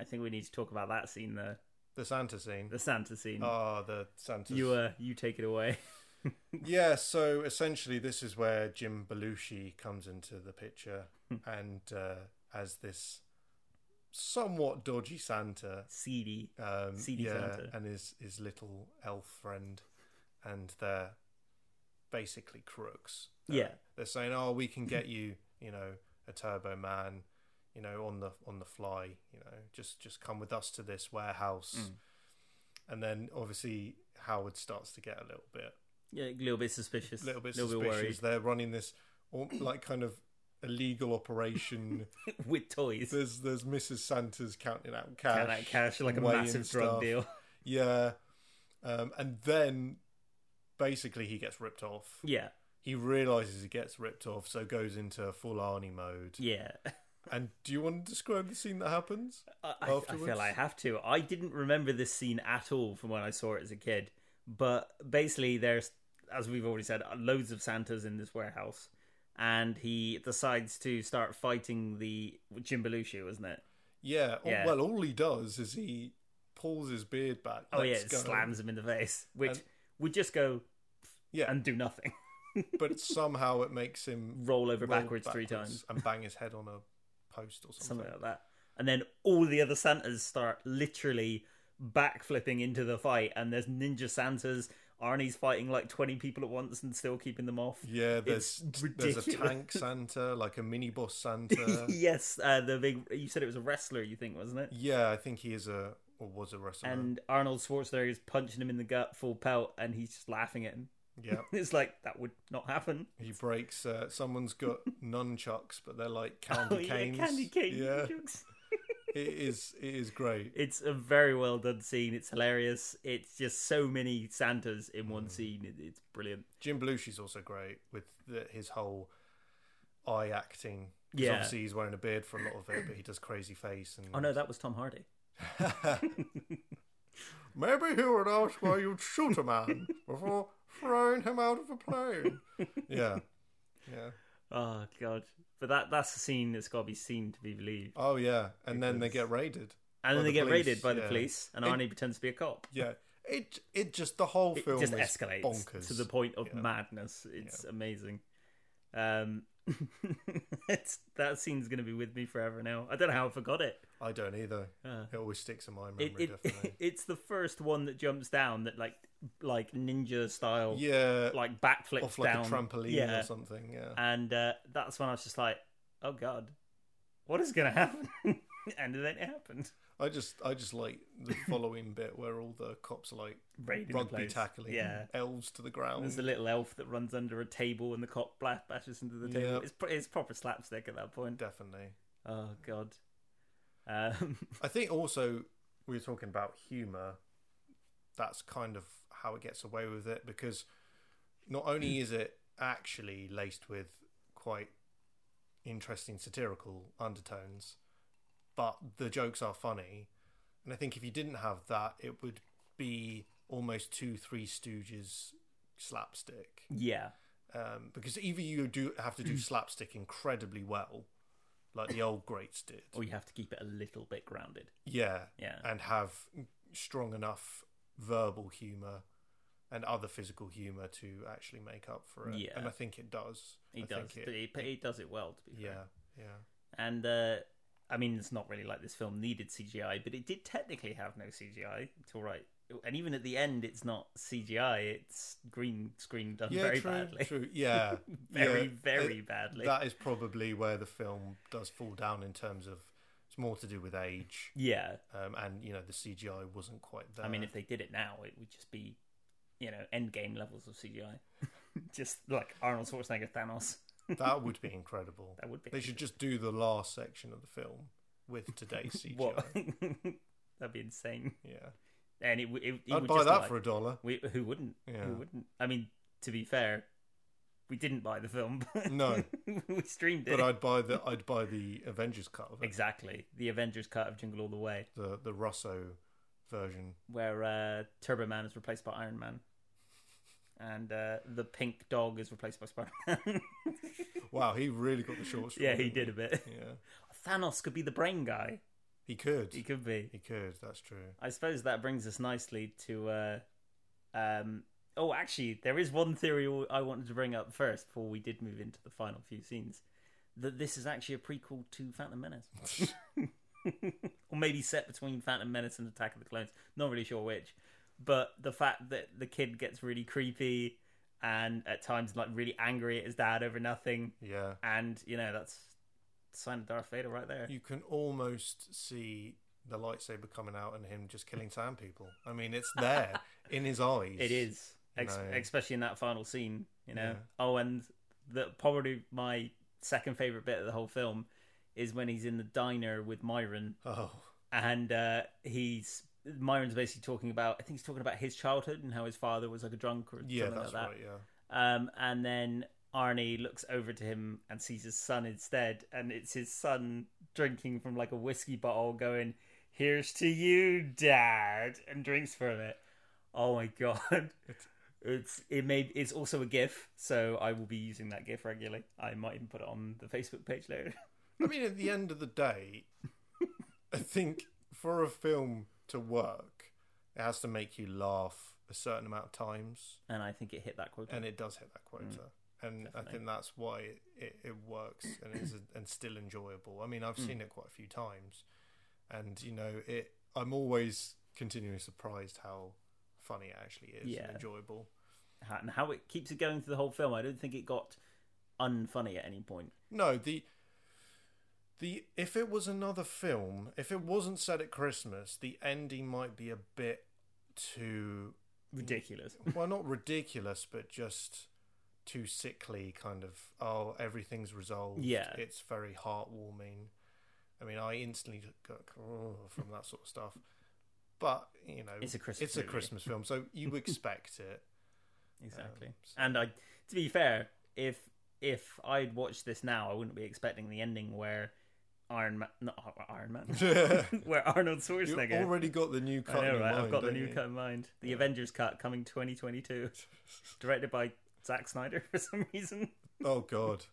I think we need to talk about that scene, the the Santa scene. the Santa scene. Oh, the Santa. you uh, you take it away. *laughs* Yeah, so essentially, this is where Jim Belushi comes into the picture, Hmm. and uh, as this somewhat dodgy Santa, Seedy. um, Seedy yeah, Santa. and his his little elf friend, and they're basically crooks. They're- Yeah. they're saying, "Oh, we can get you, you know, a Turbo Man, you know, on the on the fly, you know, just just come with us to this warehouse." Mm. And then obviously Howard starts to get a little bit Yeah, a little bit suspicious. little bit little suspicious. bit They're running this al- like kind of illegal *laughs* operation. worried. With toys. there's there's Mrs. Santa's counting out cash, Count that cash like a weighing massive drug stuff. deal. *laughs* Yeah, um, and then basically he gets ripped off. Yeah. He realizes he gets ripped off, so goes into full Arnie mode. Yeah. And do you want to describe the scene that happens? I, I- I Afterwards? feel I have to. I didn't remember this scene at all from when I saw it as a kid. But basically, there's, as we've already said, uh, loads of Santas in this warehouse. And he decides to start fighting the Jim Belushi, wasn't it? Yeah. oh, Yeah. Well, all he does is he pulls his beard back. Oh yeah, lets it go. slams him in the face, which And- would just go Yeah. and do nothing, *laughs* *laughs* but somehow it makes him roll over roll backwards, three backwards times, and bang his head on a post or something like that. And then all the other Santas start literally backflipping into the fight, and there's ninja Santas. Arnie's fighting like twenty people at once and still keeping them off. Yeah, there's It's there's a ridiculous. tank Santa, like a mini boss *laughs* Santa. yes, uh, the big. You said it was a wrestler, you think, wasn't it? yeah, I think he is a or was a wrestler. And Arnold Schwarzenegger is punching him in the gut, full pelt, and he's just laughing at him. *laughs* yeah, It's like that would not happen. he breaks. Uh, *laughs* someone's got nunchucks, but they're like candy oh canes. yeah, candy cane Yeah, jokes. it is. It is great. It's a very well done scene. It's hilarious. It's just so many Santas in one scene. It, it's brilliant. Jim Belushi's also great with the, his whole eye acting. 'Cause Yeah. obviously he's wearing a beard for a lot of it, but he does crazy face and. Oh no, that was Tom Hardy. *laughs* Maybe he would ask why you'd shoot a man before throwing him out of a plane. Yeah, yeah. Oh god. But that that's a scene that's got to be seen to be believed. Oh yeah, and then they get raided. And By then the they get police, raided by the yeah. police, and Arnie pretends to be a cop. Yeah, it it just the whole It film just is escalates bonkers to the point of Yeah. madness. It's amazing. Um, *laughs* it's that scene's gonna be with me forever now. I don't know how I forgot it. I don't either. Uh, It always sticks in my It, memory. it, *laughs* definitely. *laughs* it's the first one that jumps down that like like ninja style yeah, like backflips off like down a trampoline yeah. or something. Yeah, And uh, *laughs* that's when I was just like, "Oh God, what is going to happen?" and then it happened. I just I just like *laughs* the following bit where all the cops are like Raiding the rugby place. tackling Yeah. elves to the There's ground. the little elf that runs under a table and the cop bla- bashes into the table. Yeah. It's, pro- it's proper slapstick at that point. Definitely. Oh, God. Um, *laughs* I think also we were talking about humor. That's kind of how it gets away with it because not only is it actually laced with quite interesting satirical undertones, but the jokes are funny. And I think if you didn't have that, it would be almost two Three Stooges slapstick yeah. um, because either you do have to do slapstick incredibly well, like the old greats did, Or you have to keep it a little bit grounded. yeah, Yeah. and have strong enough verbal humor and other physical humor to actually make up for it. Yeah. And I think it does. He I does. Think but it, he, but he does it well, to be fair. yeah, yeah, And uh, I mean, it's not really like this film needed CGI, but it did technically have no CGI. It's all right. And even at the end, it's not CGI; it's green screen done yeah. very true, badly, true. Yeah, *laughs* very, yeah. very It- badly. that is probably where the film does fall down in terms of it's more to do with age, yeah, um, and you know the CGI wasn't quite there. I mean, if they did it now, it would just be, you know, end game levels of CGI, *laughs* just like Arnold Schwarzenegger Thanos. That would be incredible. *laughs* That would be They should just do the last section of the film with today's *laughs* CGI. what? *laughs* That'd be insane. Yeah, And it, w- it, it I'd would buy just that like- for a dollar. We, who wouldn't? Yeah. Who wouldn't? I mean, to be fair, we didn't buy the film. But No. *laughs* we streamed it. But I'd buy the I'd buy the Avengers cut of it, Exactly. The Avengers cut of Jingle All the Way, the the Russo version. where uh, Turbo Man is replaced by Iron Man. And uh, the pink dog is replaced by Spider Man. Wow, he really got the short *laughs* straw. yeah, he didn't did a bit. Yeah, Thanos could be the brain guy. he could. He could be. He could. That's true. *laughs* I suppose that brings us nicely to. Uh, um, oh, actually, there is one theory I wanted to bring up first before we did move into the final few scenes that this is actually a prequel to Phantom Menace. or maybe set between Phantom Menace and Attack of the Clones. Not really sure which. But the fact that the kid gets really creepy and at times like really angry at his dad over nothing. Yeah, And, you know, that's the sign of Darth Vader right there. you can almost see the lightsaber coming out and him just killing sand people. I mean, it's *laughs* there in his eyes. It is, ex- No. especially in that final scene. You know. Yeah. Oh, and the probably my second favorite bit of the whole film is when he's in the diner with Myron, Oh, and uh, he's Myron's basically talking about. I think he's talking about his childhood and how his father was like a drunk or yeah, something that's like that. right. Yeah. Um, and then Arnie looks over to him and sees his son instead, and it's his son drinking from like a whiskey bottle, going, "Here's to you, Dad," and drinks from it. Oh my god! *laughs* It's it made it's also a GIF, so I will be using that GIF regularly. I might even put it on the Facebook page later. *laughs* I mean, at the end of the day, I think for a film to work, it has to make you laugh a certain amount of times, And I think it hit that quote. and it does hit that quota. and I think that's why it, it, it works and is and still enjoyable. I mean, I've seen it quite a few times, and you know, it. I'm always continually surprised how funny it actually is Yeah. and enjoyable. and how it keeps it going through the whole film. I don't think it got unfunny at any point. No, the the if it was another film, if it wasn't set at Christmas, the ending might be a bit too Ridiculous. well, not ridiculous, but just too sickly kind of oh, everything's resolved. Yeah. It's very heartwarming. I mean, I instantly got oh, from that sort of stuff. But, you know, It's a Christmas it's a movie. Christmas film, so *laughs* you expect it. Exactly. Um, so- And I, to be fair, if if I'd watched this now, I wouldn't be expecting the ending where Iron Man, not Ar- Iron *laughs* Man, *laughs* where Arnold you Schwarzenegger. already got the new cut. I know, in right? mind, I've got the don't new you? cut in mind. The Avengers cut coming *laughs* 2022, directed by Zack Snyder *laughs* for some reason. Oh God,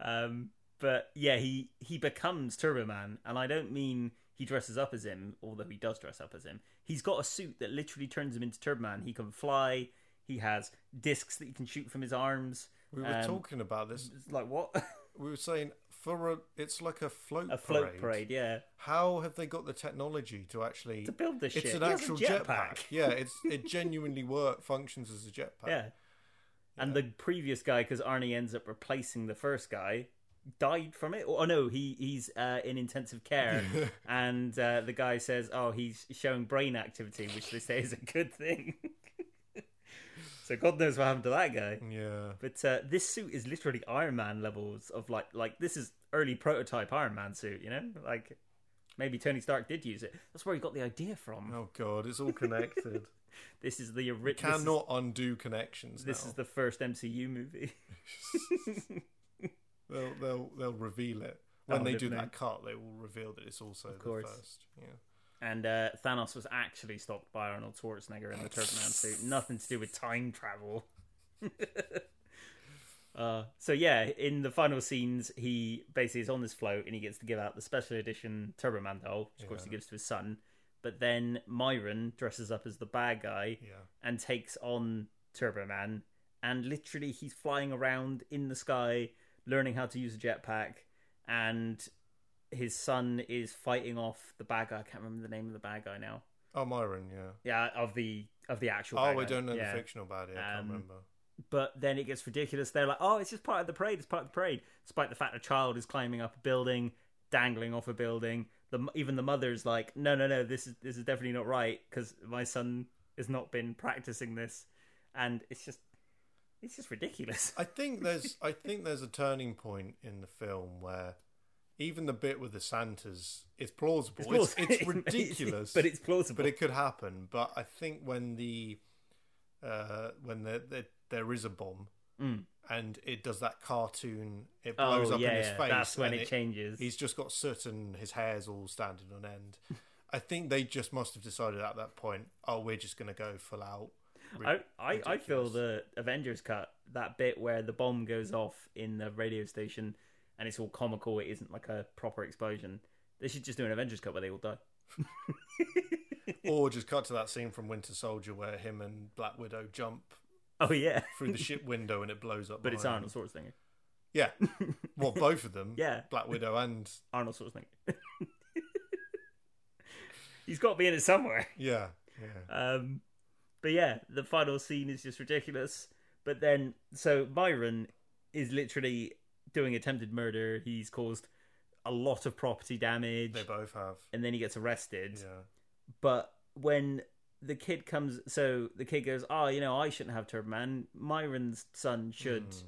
Um, but yeah, he he becomes Turbo Man, and I don't mean he dresses up as him, although he does dress up as him. He's got a suit that literally turns him into Turbo Man. He can fly. He has discs that he can shoot from his arms. we were Um, talking about this It's like what? *laughs* we were saying for a, it's like a float a float parade, yeah. How have they got the technology to actually To build this It's shit, an He has a actual jetpack. jetpack. yeah, it's it genuinely work functions as a jetpack. Yeah. And the previous guy, because Arnie ends up replacing the first guy, died from it. Or oh, no, he he's uh, in intensive *laughs* care, and uh, the guy says, "Oh, he's showing brain activity," which they say is a good thing. *laughs* so God knows what happened to that guy. Yeah. But uh, this suit is literally Iron Man levels of like like this is early prototype Iron Man suit. You know, like maybe Tony Stark did use it. That's where he got the idea from. Oh god, it's all connected. *laughs* This is the original. Cannot undo connections. This now. is the first MCU movie. *laughs* They'll they'll they'll reveal it when Oh, they do didn't that cut. They will reveal that it's also the course. first. Yeah. And uh, Thanos was actually stopped by Arnold Schwarzenegger in the Turtle Man suit. Nothing to do with time travel. *laughs* uh, so, yeah, in the final scenes, he basically is on this float and he gets to give out the special edition Turbo Man doll, which, of course, he gives to his son. But then Myron dresses up as the bad guy Yeah. and takes on Turbo Man. And literally, he's flying around in the sky, learning how to use a jetpack. And his son is fighting off the bad guy. I can't remember the name of the bad guy now. Oh, Myron. Yeah. Yeah, of the of the actual. Oh, bad we guy. don't know yeah. the fictional baddie. I can't Um, remember. But then it gets ridiculous. They're like, "Oh, it's just part of the parade. It's part of the parade." Despite the fact a child is climbing up a building, dangling off a building, the m- even the mother's like, "No, no, no. This is this is definitely not right because my son has not been practicing this," and it's just it's just ridiculous. I think there's I think there's a turning point in the film where even the bit with the Santas is plausible. It's, *laughs* *laughs* It's it's, ridiculous, but it's plausible. but it could happen. But I think when the uh, when there, there there is a bomb Mm. and it does that cartoon, it oh blows up yeah, in his face. that's when and it, changes. He's just got soot and his hair's all standing on *laughs* end. I think they just must have decided at that point, oh, we're just going to go full out. I, Ri- I, I feel ridiculous. the Avengers cut that bit where the bomb goes off in the radio station and it's all comical. It isn't like a proper explosion. They should just do an Avengers cut where they all *laughs* die. Or just cut to that scene from Winter Soldier where him and Black Widow jump Oh yeah, *laughs* through the ship window and it blows up. but it's behind Arnold Schwarzenegger. them. Yeah. Well, both of them. *laughs* Yeah, Black Widow and. Arnold Schwarzenegger. *laughs* He's got to be in it somewhere. Yeah. Yeah. Um, but yeah, the final scene is just ridiculous. But then, so Myron is literally doing attempted murder. He's caused a lot of property damage. They *laughs* both have. and then he gets arrested. Yeah. But when the kid comes, so the kid goes, "Oh, you know, I shouldn't have Turbo Man. Myron's son should." Mm.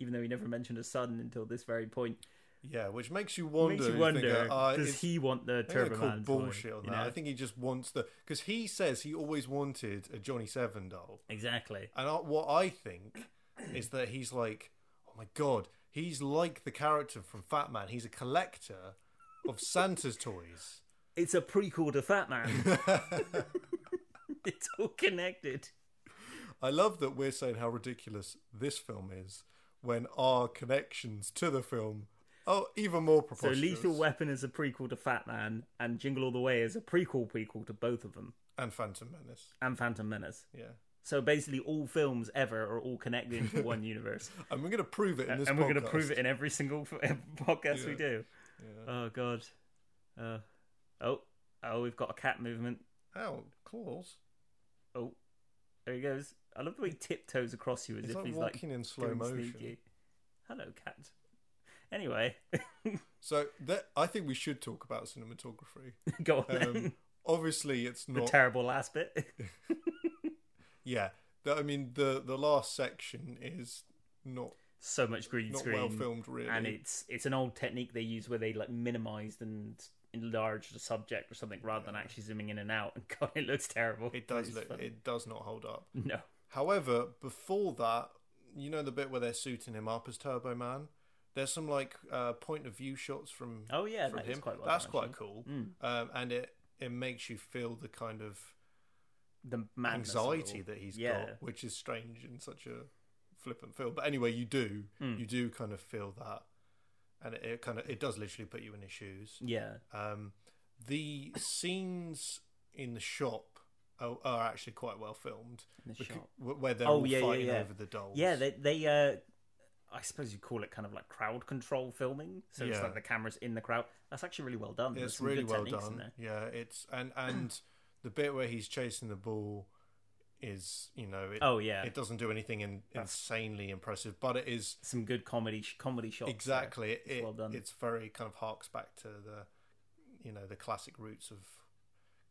Even though he never mentioned a son until this very point, Yeah, which makes you It wonder. makes you think, uh, wonder: uh, Does is- he want the I think they Turbo call Man? toy, bullshit on you that. know? I think he just wants the because he says he always wanted a Johnny Seven doll, exactly. and I, what I think *clears throat* is that he's like, oh my god, he's like the character from Fat Man. He's a collector of Santa's toys. *laughs* It's a prequel to Fat Man. *laughs* it's all connected. I love that we're saying how ridiculous this film is when our connections to the film are even more So, preposterous. Lethal Weapon is a prequel to Fat Man, and Jingle All the Way is a prequel prequel to both of them, and Phantom Menace. and Phantom Menace. Yeah. So basically, all films ever are all connected *laughs* into one universe. And we're going to prove it in this and we're going to podcast. prove it in every single f- podcast we Yeah. do. Yeah. Oh god. Uh, oh, oh, we've got a cat movement. Ow, claws. Oh, there he goes. I love the way he tiptoes across you as He's if like he's walking like in slow doing motion. sneaky. Hello, cat. Anyway, *laughs* So that I think we should talk about cinematography. go on. then. *laughs* Um, obviously, it's the not. terrible last bit. *laughs* yeah, the, I mean the the last section is not so much green not screen, well filmed really. and it's it's an old technique they use where they like minimized and enlarged the subject or something rather than actually zooming in and out. *laughs* And God, it looks terrible. it does It's look, fun. it does not hold up. *laughs* no. However, before that, you know the bit where they're suiting him up as Turbo Man. There's some like uh, point of view shots from Oh yeah, from that is him. quite well That's done, quite actually. cool, Mm. um, and it it makes you feel the kind of the madness of it all. anxiety that he's Yeah. got, which is strange in such a flippant film. But anyway, you do Hmm. you do kind of feel that, and it, it kind of it does literally put you in his shoes. Yeah, Um, the scenes in the shop are, are actually quite well filmed, in the becau- shop. wh- where they're Oh, all yeah, yeah, fighting yeah. over the dolls. Yeah, they they uh, I suppose you call it kind of like crowd control filming. So it's Yeah. like the cameras in the crowd. That's actually really well done. There's it's some really good well techniques In done. there. *clears throat* Yeah, it's and and the bit where he's chasing the ball is you know it, Oh, yeah. it doesn't do anything in, insanely impressive, but it is Some good comedy sh- comedy shots. there. exactly it, well done. it's very kind of harks back to the you know the classic roots of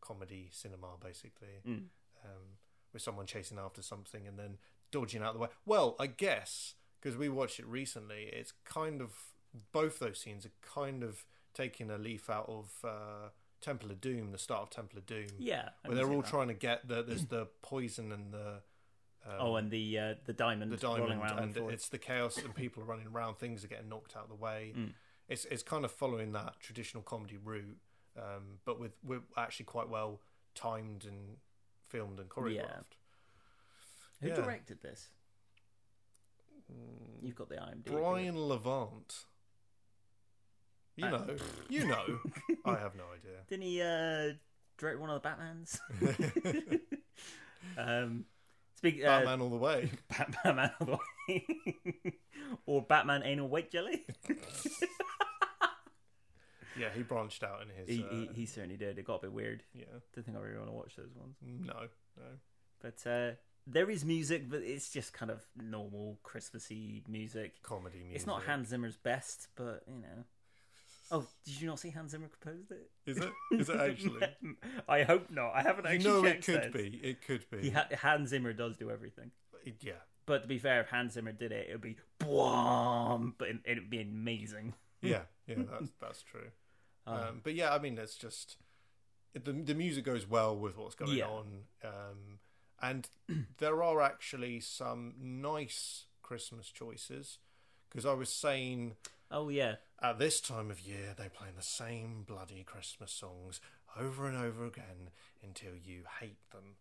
comedy cinema basically Mm. um, with someone chasing after something and then dodging out the way well i guess because we watched it recently it's kind of both those scenes are kind of taking a leaf out of uh, temple of doom the start of temple of doom Yeah. I where can they're see all that. trying to get *clears throat* the there's the poison and the um, Oh, and the uh, the diamond, the diamond, rolling around on and the floor. it's the chaos, and people are running around. Things are getting knocked out of the way. Mm. It's it's kind of following that traditional comedy route, um, but with we're actually quite well timed and filmed and choreographed. Who yeah. directed this? You've got the IMDb. Mm. Brian Levant, you Uh, know, *laughs* you know, I have no idea. Didn't he uh, direct one of the *laughs* Batmans? um, speak uh, Batman all *laughs* the way. Batman out of the way. *laughs* or Batman anal weight *laughs* jelly. Yeah, he branched out in his. he, uh, he, he certainly did. It got a bit weird. yeah, Don't think I really want to watch those ones. no, no. But uh, there is music, but it's just kind of normal Christmassy music. Comedy music. It's not Hans Zimmer's best, but you know. Oh, did you not see Hans Zimmer composed it? Is it? Is *laughs* it actually? I hope not. I haven't you actually know, it checked could this. be. It could be. He ha- Hans Zimmer does do everything. It- yeah. But to be fair, if Hans Zimmer did it, it would be boom, but it- it'd be amazing. yeah, yeah, that's that's true. Um, Uh-huh. but yeah, I mean, it's just the the music goes well with what's going Yeah. on, um, and *clears throat* there are actually some nice Christmas choices because I was saying Oh yeah, at this time of year they play the same bloody Christmas songs over and over again until you hate them.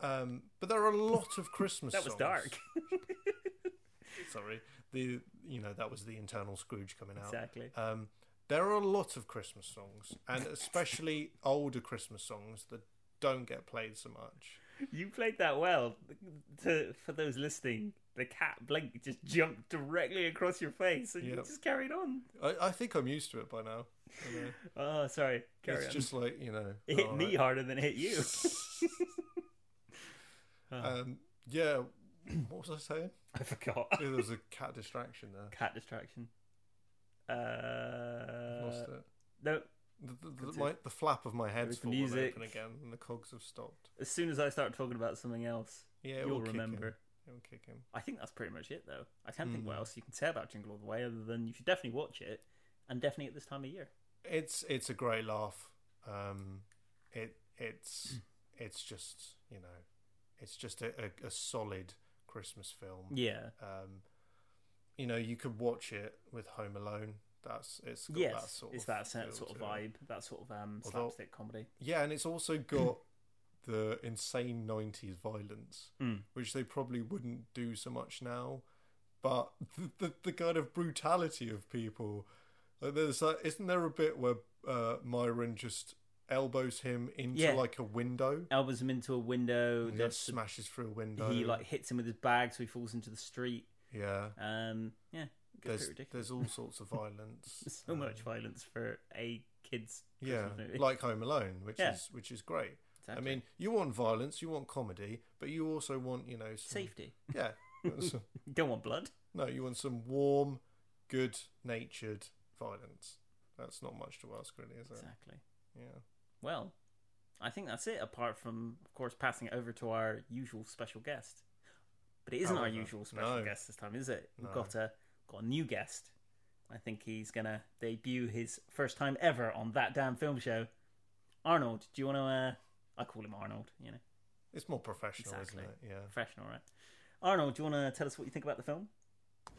Um, but there are a lot *laughs* of Christmas. that was songs. dark. *laughs* *laughs* Sorry, the you know that was the internal Scrooge coming out. exactly. Um, there are a lot of Christmas songs, and especially older Christmas songs that don't get played so much. You played that well. To for those listening, the cat blink just jumped directly across your face, and you Yep. just carried on. I, I think I'm used to it by now. you know. Oh, sorry. *laughs* Carry it's on. just like you know, it hit all me right. harder than it hit you. *laughs* *laughs* Um, yeah, what was I saying? I forgot. Yeah, there was a cat distraction there. Cat distraction. Uh, Lost it. no. The, the, the, my, the flap of my head's was the fallen music. open again, and the cogs have stopped. As soon as I start talking about something else, Yeah, it you'll will kick in. remember. It will kick in. I think that's pretty much it, though. I can't think what Mm. else you can say about Jingle All the Way other than you should definitely watch it, and definitely at this time of year. It's it's a great laugh. Um, it it's it's just you know, it's just a, a, a solid Christmas film. Yeah, Um, you know, you could watch it with Home Alone. That's it's got yes, that sort it's of that sen- feel sort of to it. vibe, that sort of um, Although- slapstick comedy. Yeah, and it's also got the insane nineties violence, Mm. which they probably wouldn't do so much now. But *laughs* the, the, the kind of brutality of people, like there's that, isn't there a bit where uh, Myron just elbows him into Yeah. like a window, Elbows him into a window. and then the- smashes through a the- window. he like hits him with his bag, so he falls into the street. yeah, Um, yeah, gets there's pretty ridiculous. there's all *laughs* sorts of violence. There's so Um, much violence for a kid's Yeah, Christmas movie. like Home Alone, which Yeah. is which is great. Exactly. I mean, you want violence, you want comedy, but you also want you know some, safety. *laughs* Yeah, some- Don't want blood. no, you want some warm, good-natured violence. That's not much to ask, really, is it? Exactly. Yeah. Well, I think that's it, apart from, of course, passing it over to our usual special guest. But it isn't our However, usual special no. guest this time, is it? We've No. got a got a new guest. I think he's gonna debut his first time ever on that damn film show. Arnold, do you want to? Uh, I call him Arnold. You know, It's more professional, Exactly. isn't it? Yeah. professional, right? Arnold, do you want to tell us what you think about the film?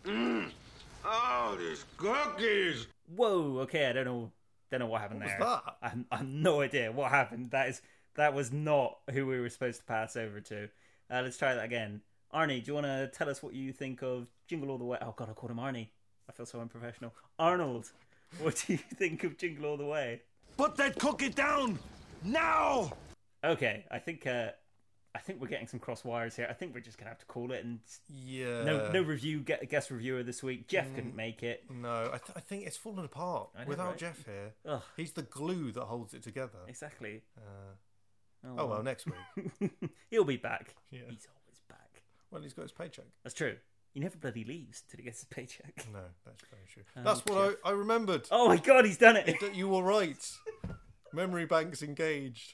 Oh, Mm. these cookies! Whoa. Okay, I don't know. Don't know what happened What there. was that? I, I have no idea what happened. That is that was not who we were supposed to pass over to. Uh, let's try that again. Arnie, do you want to tell us what you think of Jingle All the Way? Oh God, I called him Arnie. I feel so unprofessional. Arnold, *laughs* what do you think of Jingle All the Way? Put that cookie down! Now! Okay, I think uh, I think we're getting some cross wires here. I think we're just gonna have to call it and Yeah. no no review gu- guest reviewer this week. Jeff Mm. couldn't make it. No, I, th- I think it's fallen apart I know, without right? Jeff here. Ugh. He's the glue that holds it together. Exactly. Uh, Oh well, next week. *laughs* He'll be *laughs* back. Yeah. He's always back. well, he's got his paycheck. That's true. He never bloody leaves till he gets his paycheck. *laughs* No, that's very true. Um, That's what I, I remembered. Oh my god, he's done *laughs* it! That you were right. Memory banks engaged.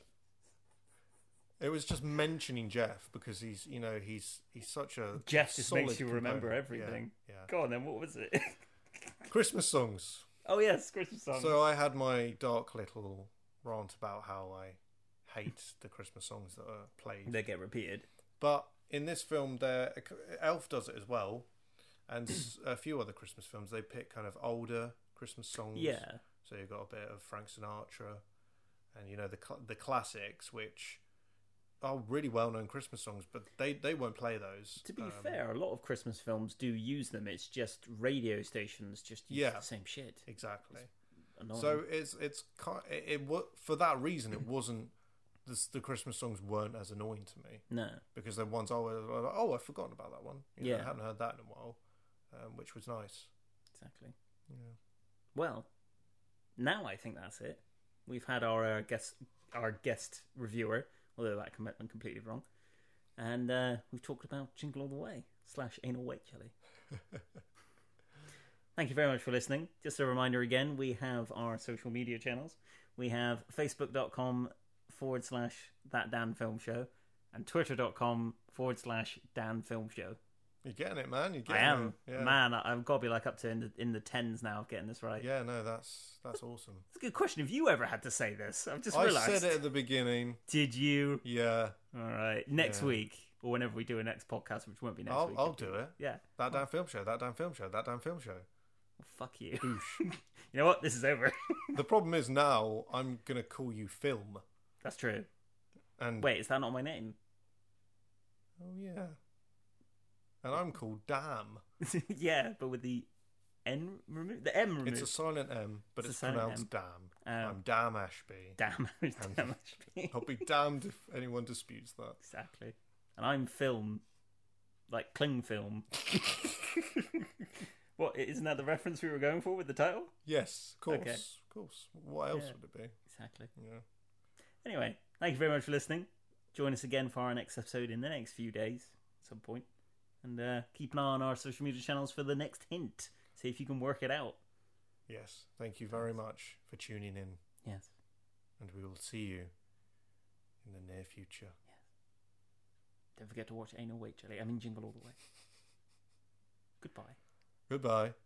It was just mentioning Jeff because he's, you know, he's he's such a Jeff just solid makes you remember component. Yeah, everything. Yeah, Go on then, what was it? *laughs* Christmas songs. oh yes, Christmas song. So I had my dark little rant about how I hate the Christmas songs that are played. they get repeated. But in this film, there Elf does it as well, and s- a few other Christmas films. They pick kind of older Christmas songs. Yeah. So you've got a bit of Frank Sinatra, and you know the cl- the classics, which are really well known Christmas songs, but they they won't play those. To be Um, fair, a lot of Christmas films do use them. It's just radio stations just use Yeah. the same shit. exactly. Annoying. So it's it's ki- it, it wa- for that reason it wasn't the, s- the Christmas songs weren't as annoying to me. no, because the ones I was like, oh, I've forgotten about that one. You know, Yeah. I hadn't heard that in a while, um, which was nice. exactly. Yeah. Well, now I think that's it. We've had our uh, guest, our guest reviewer, although that com- went completely wrong, and uh, we've talked about Jingle All the Way slash Anal Weight Jelly. Thank you very much for listening. Just a reminder again, we have our social media channels. We have facebook.com forward slash that Dan Film Show and twitter.com forward slash Dan Film Show. You're getting it, man. You're I getting am, it. Yeah. man, I- I've got to be like up to in the, in the tens now of getting this right. Yeah, no, that's that's awesome. It's a good question. Have you ever had to say this? I've just I realised. said it at the beginning. Did you? Yeah, All right. Next Yeah. week, or whenever we do a next podcast, which won't be next I'll week. I'll it'll do it. be- Yeah. That damn film show. That damn film show. That damn film show. Well, fuck you. *laughs* you know what? This is over. *laughs* The problem is now I'm gonna call you film. That's true. And Wait, is that not my name? *laughs* oh yeah, and I'm called damn. yeah, but with the N removed, the M removed. It's a silent M, but It's a it's, silent pronounced damn. Oh. I'm Oh, damn Ashby. damn. *laughs* damn. I'll be damned if anyone disputes that. exactly. And I'm film, like cling *laughs* film. what isn't that the reference we were going for with the title? Yes, of course, Okay. of course. What else Yeah. would it be? Exactly. Yeah. Anyway, thank you very much for listening. Join us again for our next episode in the next few days, at some point. And uh, keep an eye on our social media channels for the next hint. See if you can work it out. Yes. Thank you very much for tuning in, Yes. and we will see you in the near future. Don't forget to watch Anal Weight Jelly. I mean, Jingle All the Way. Goodbye. Goodbye.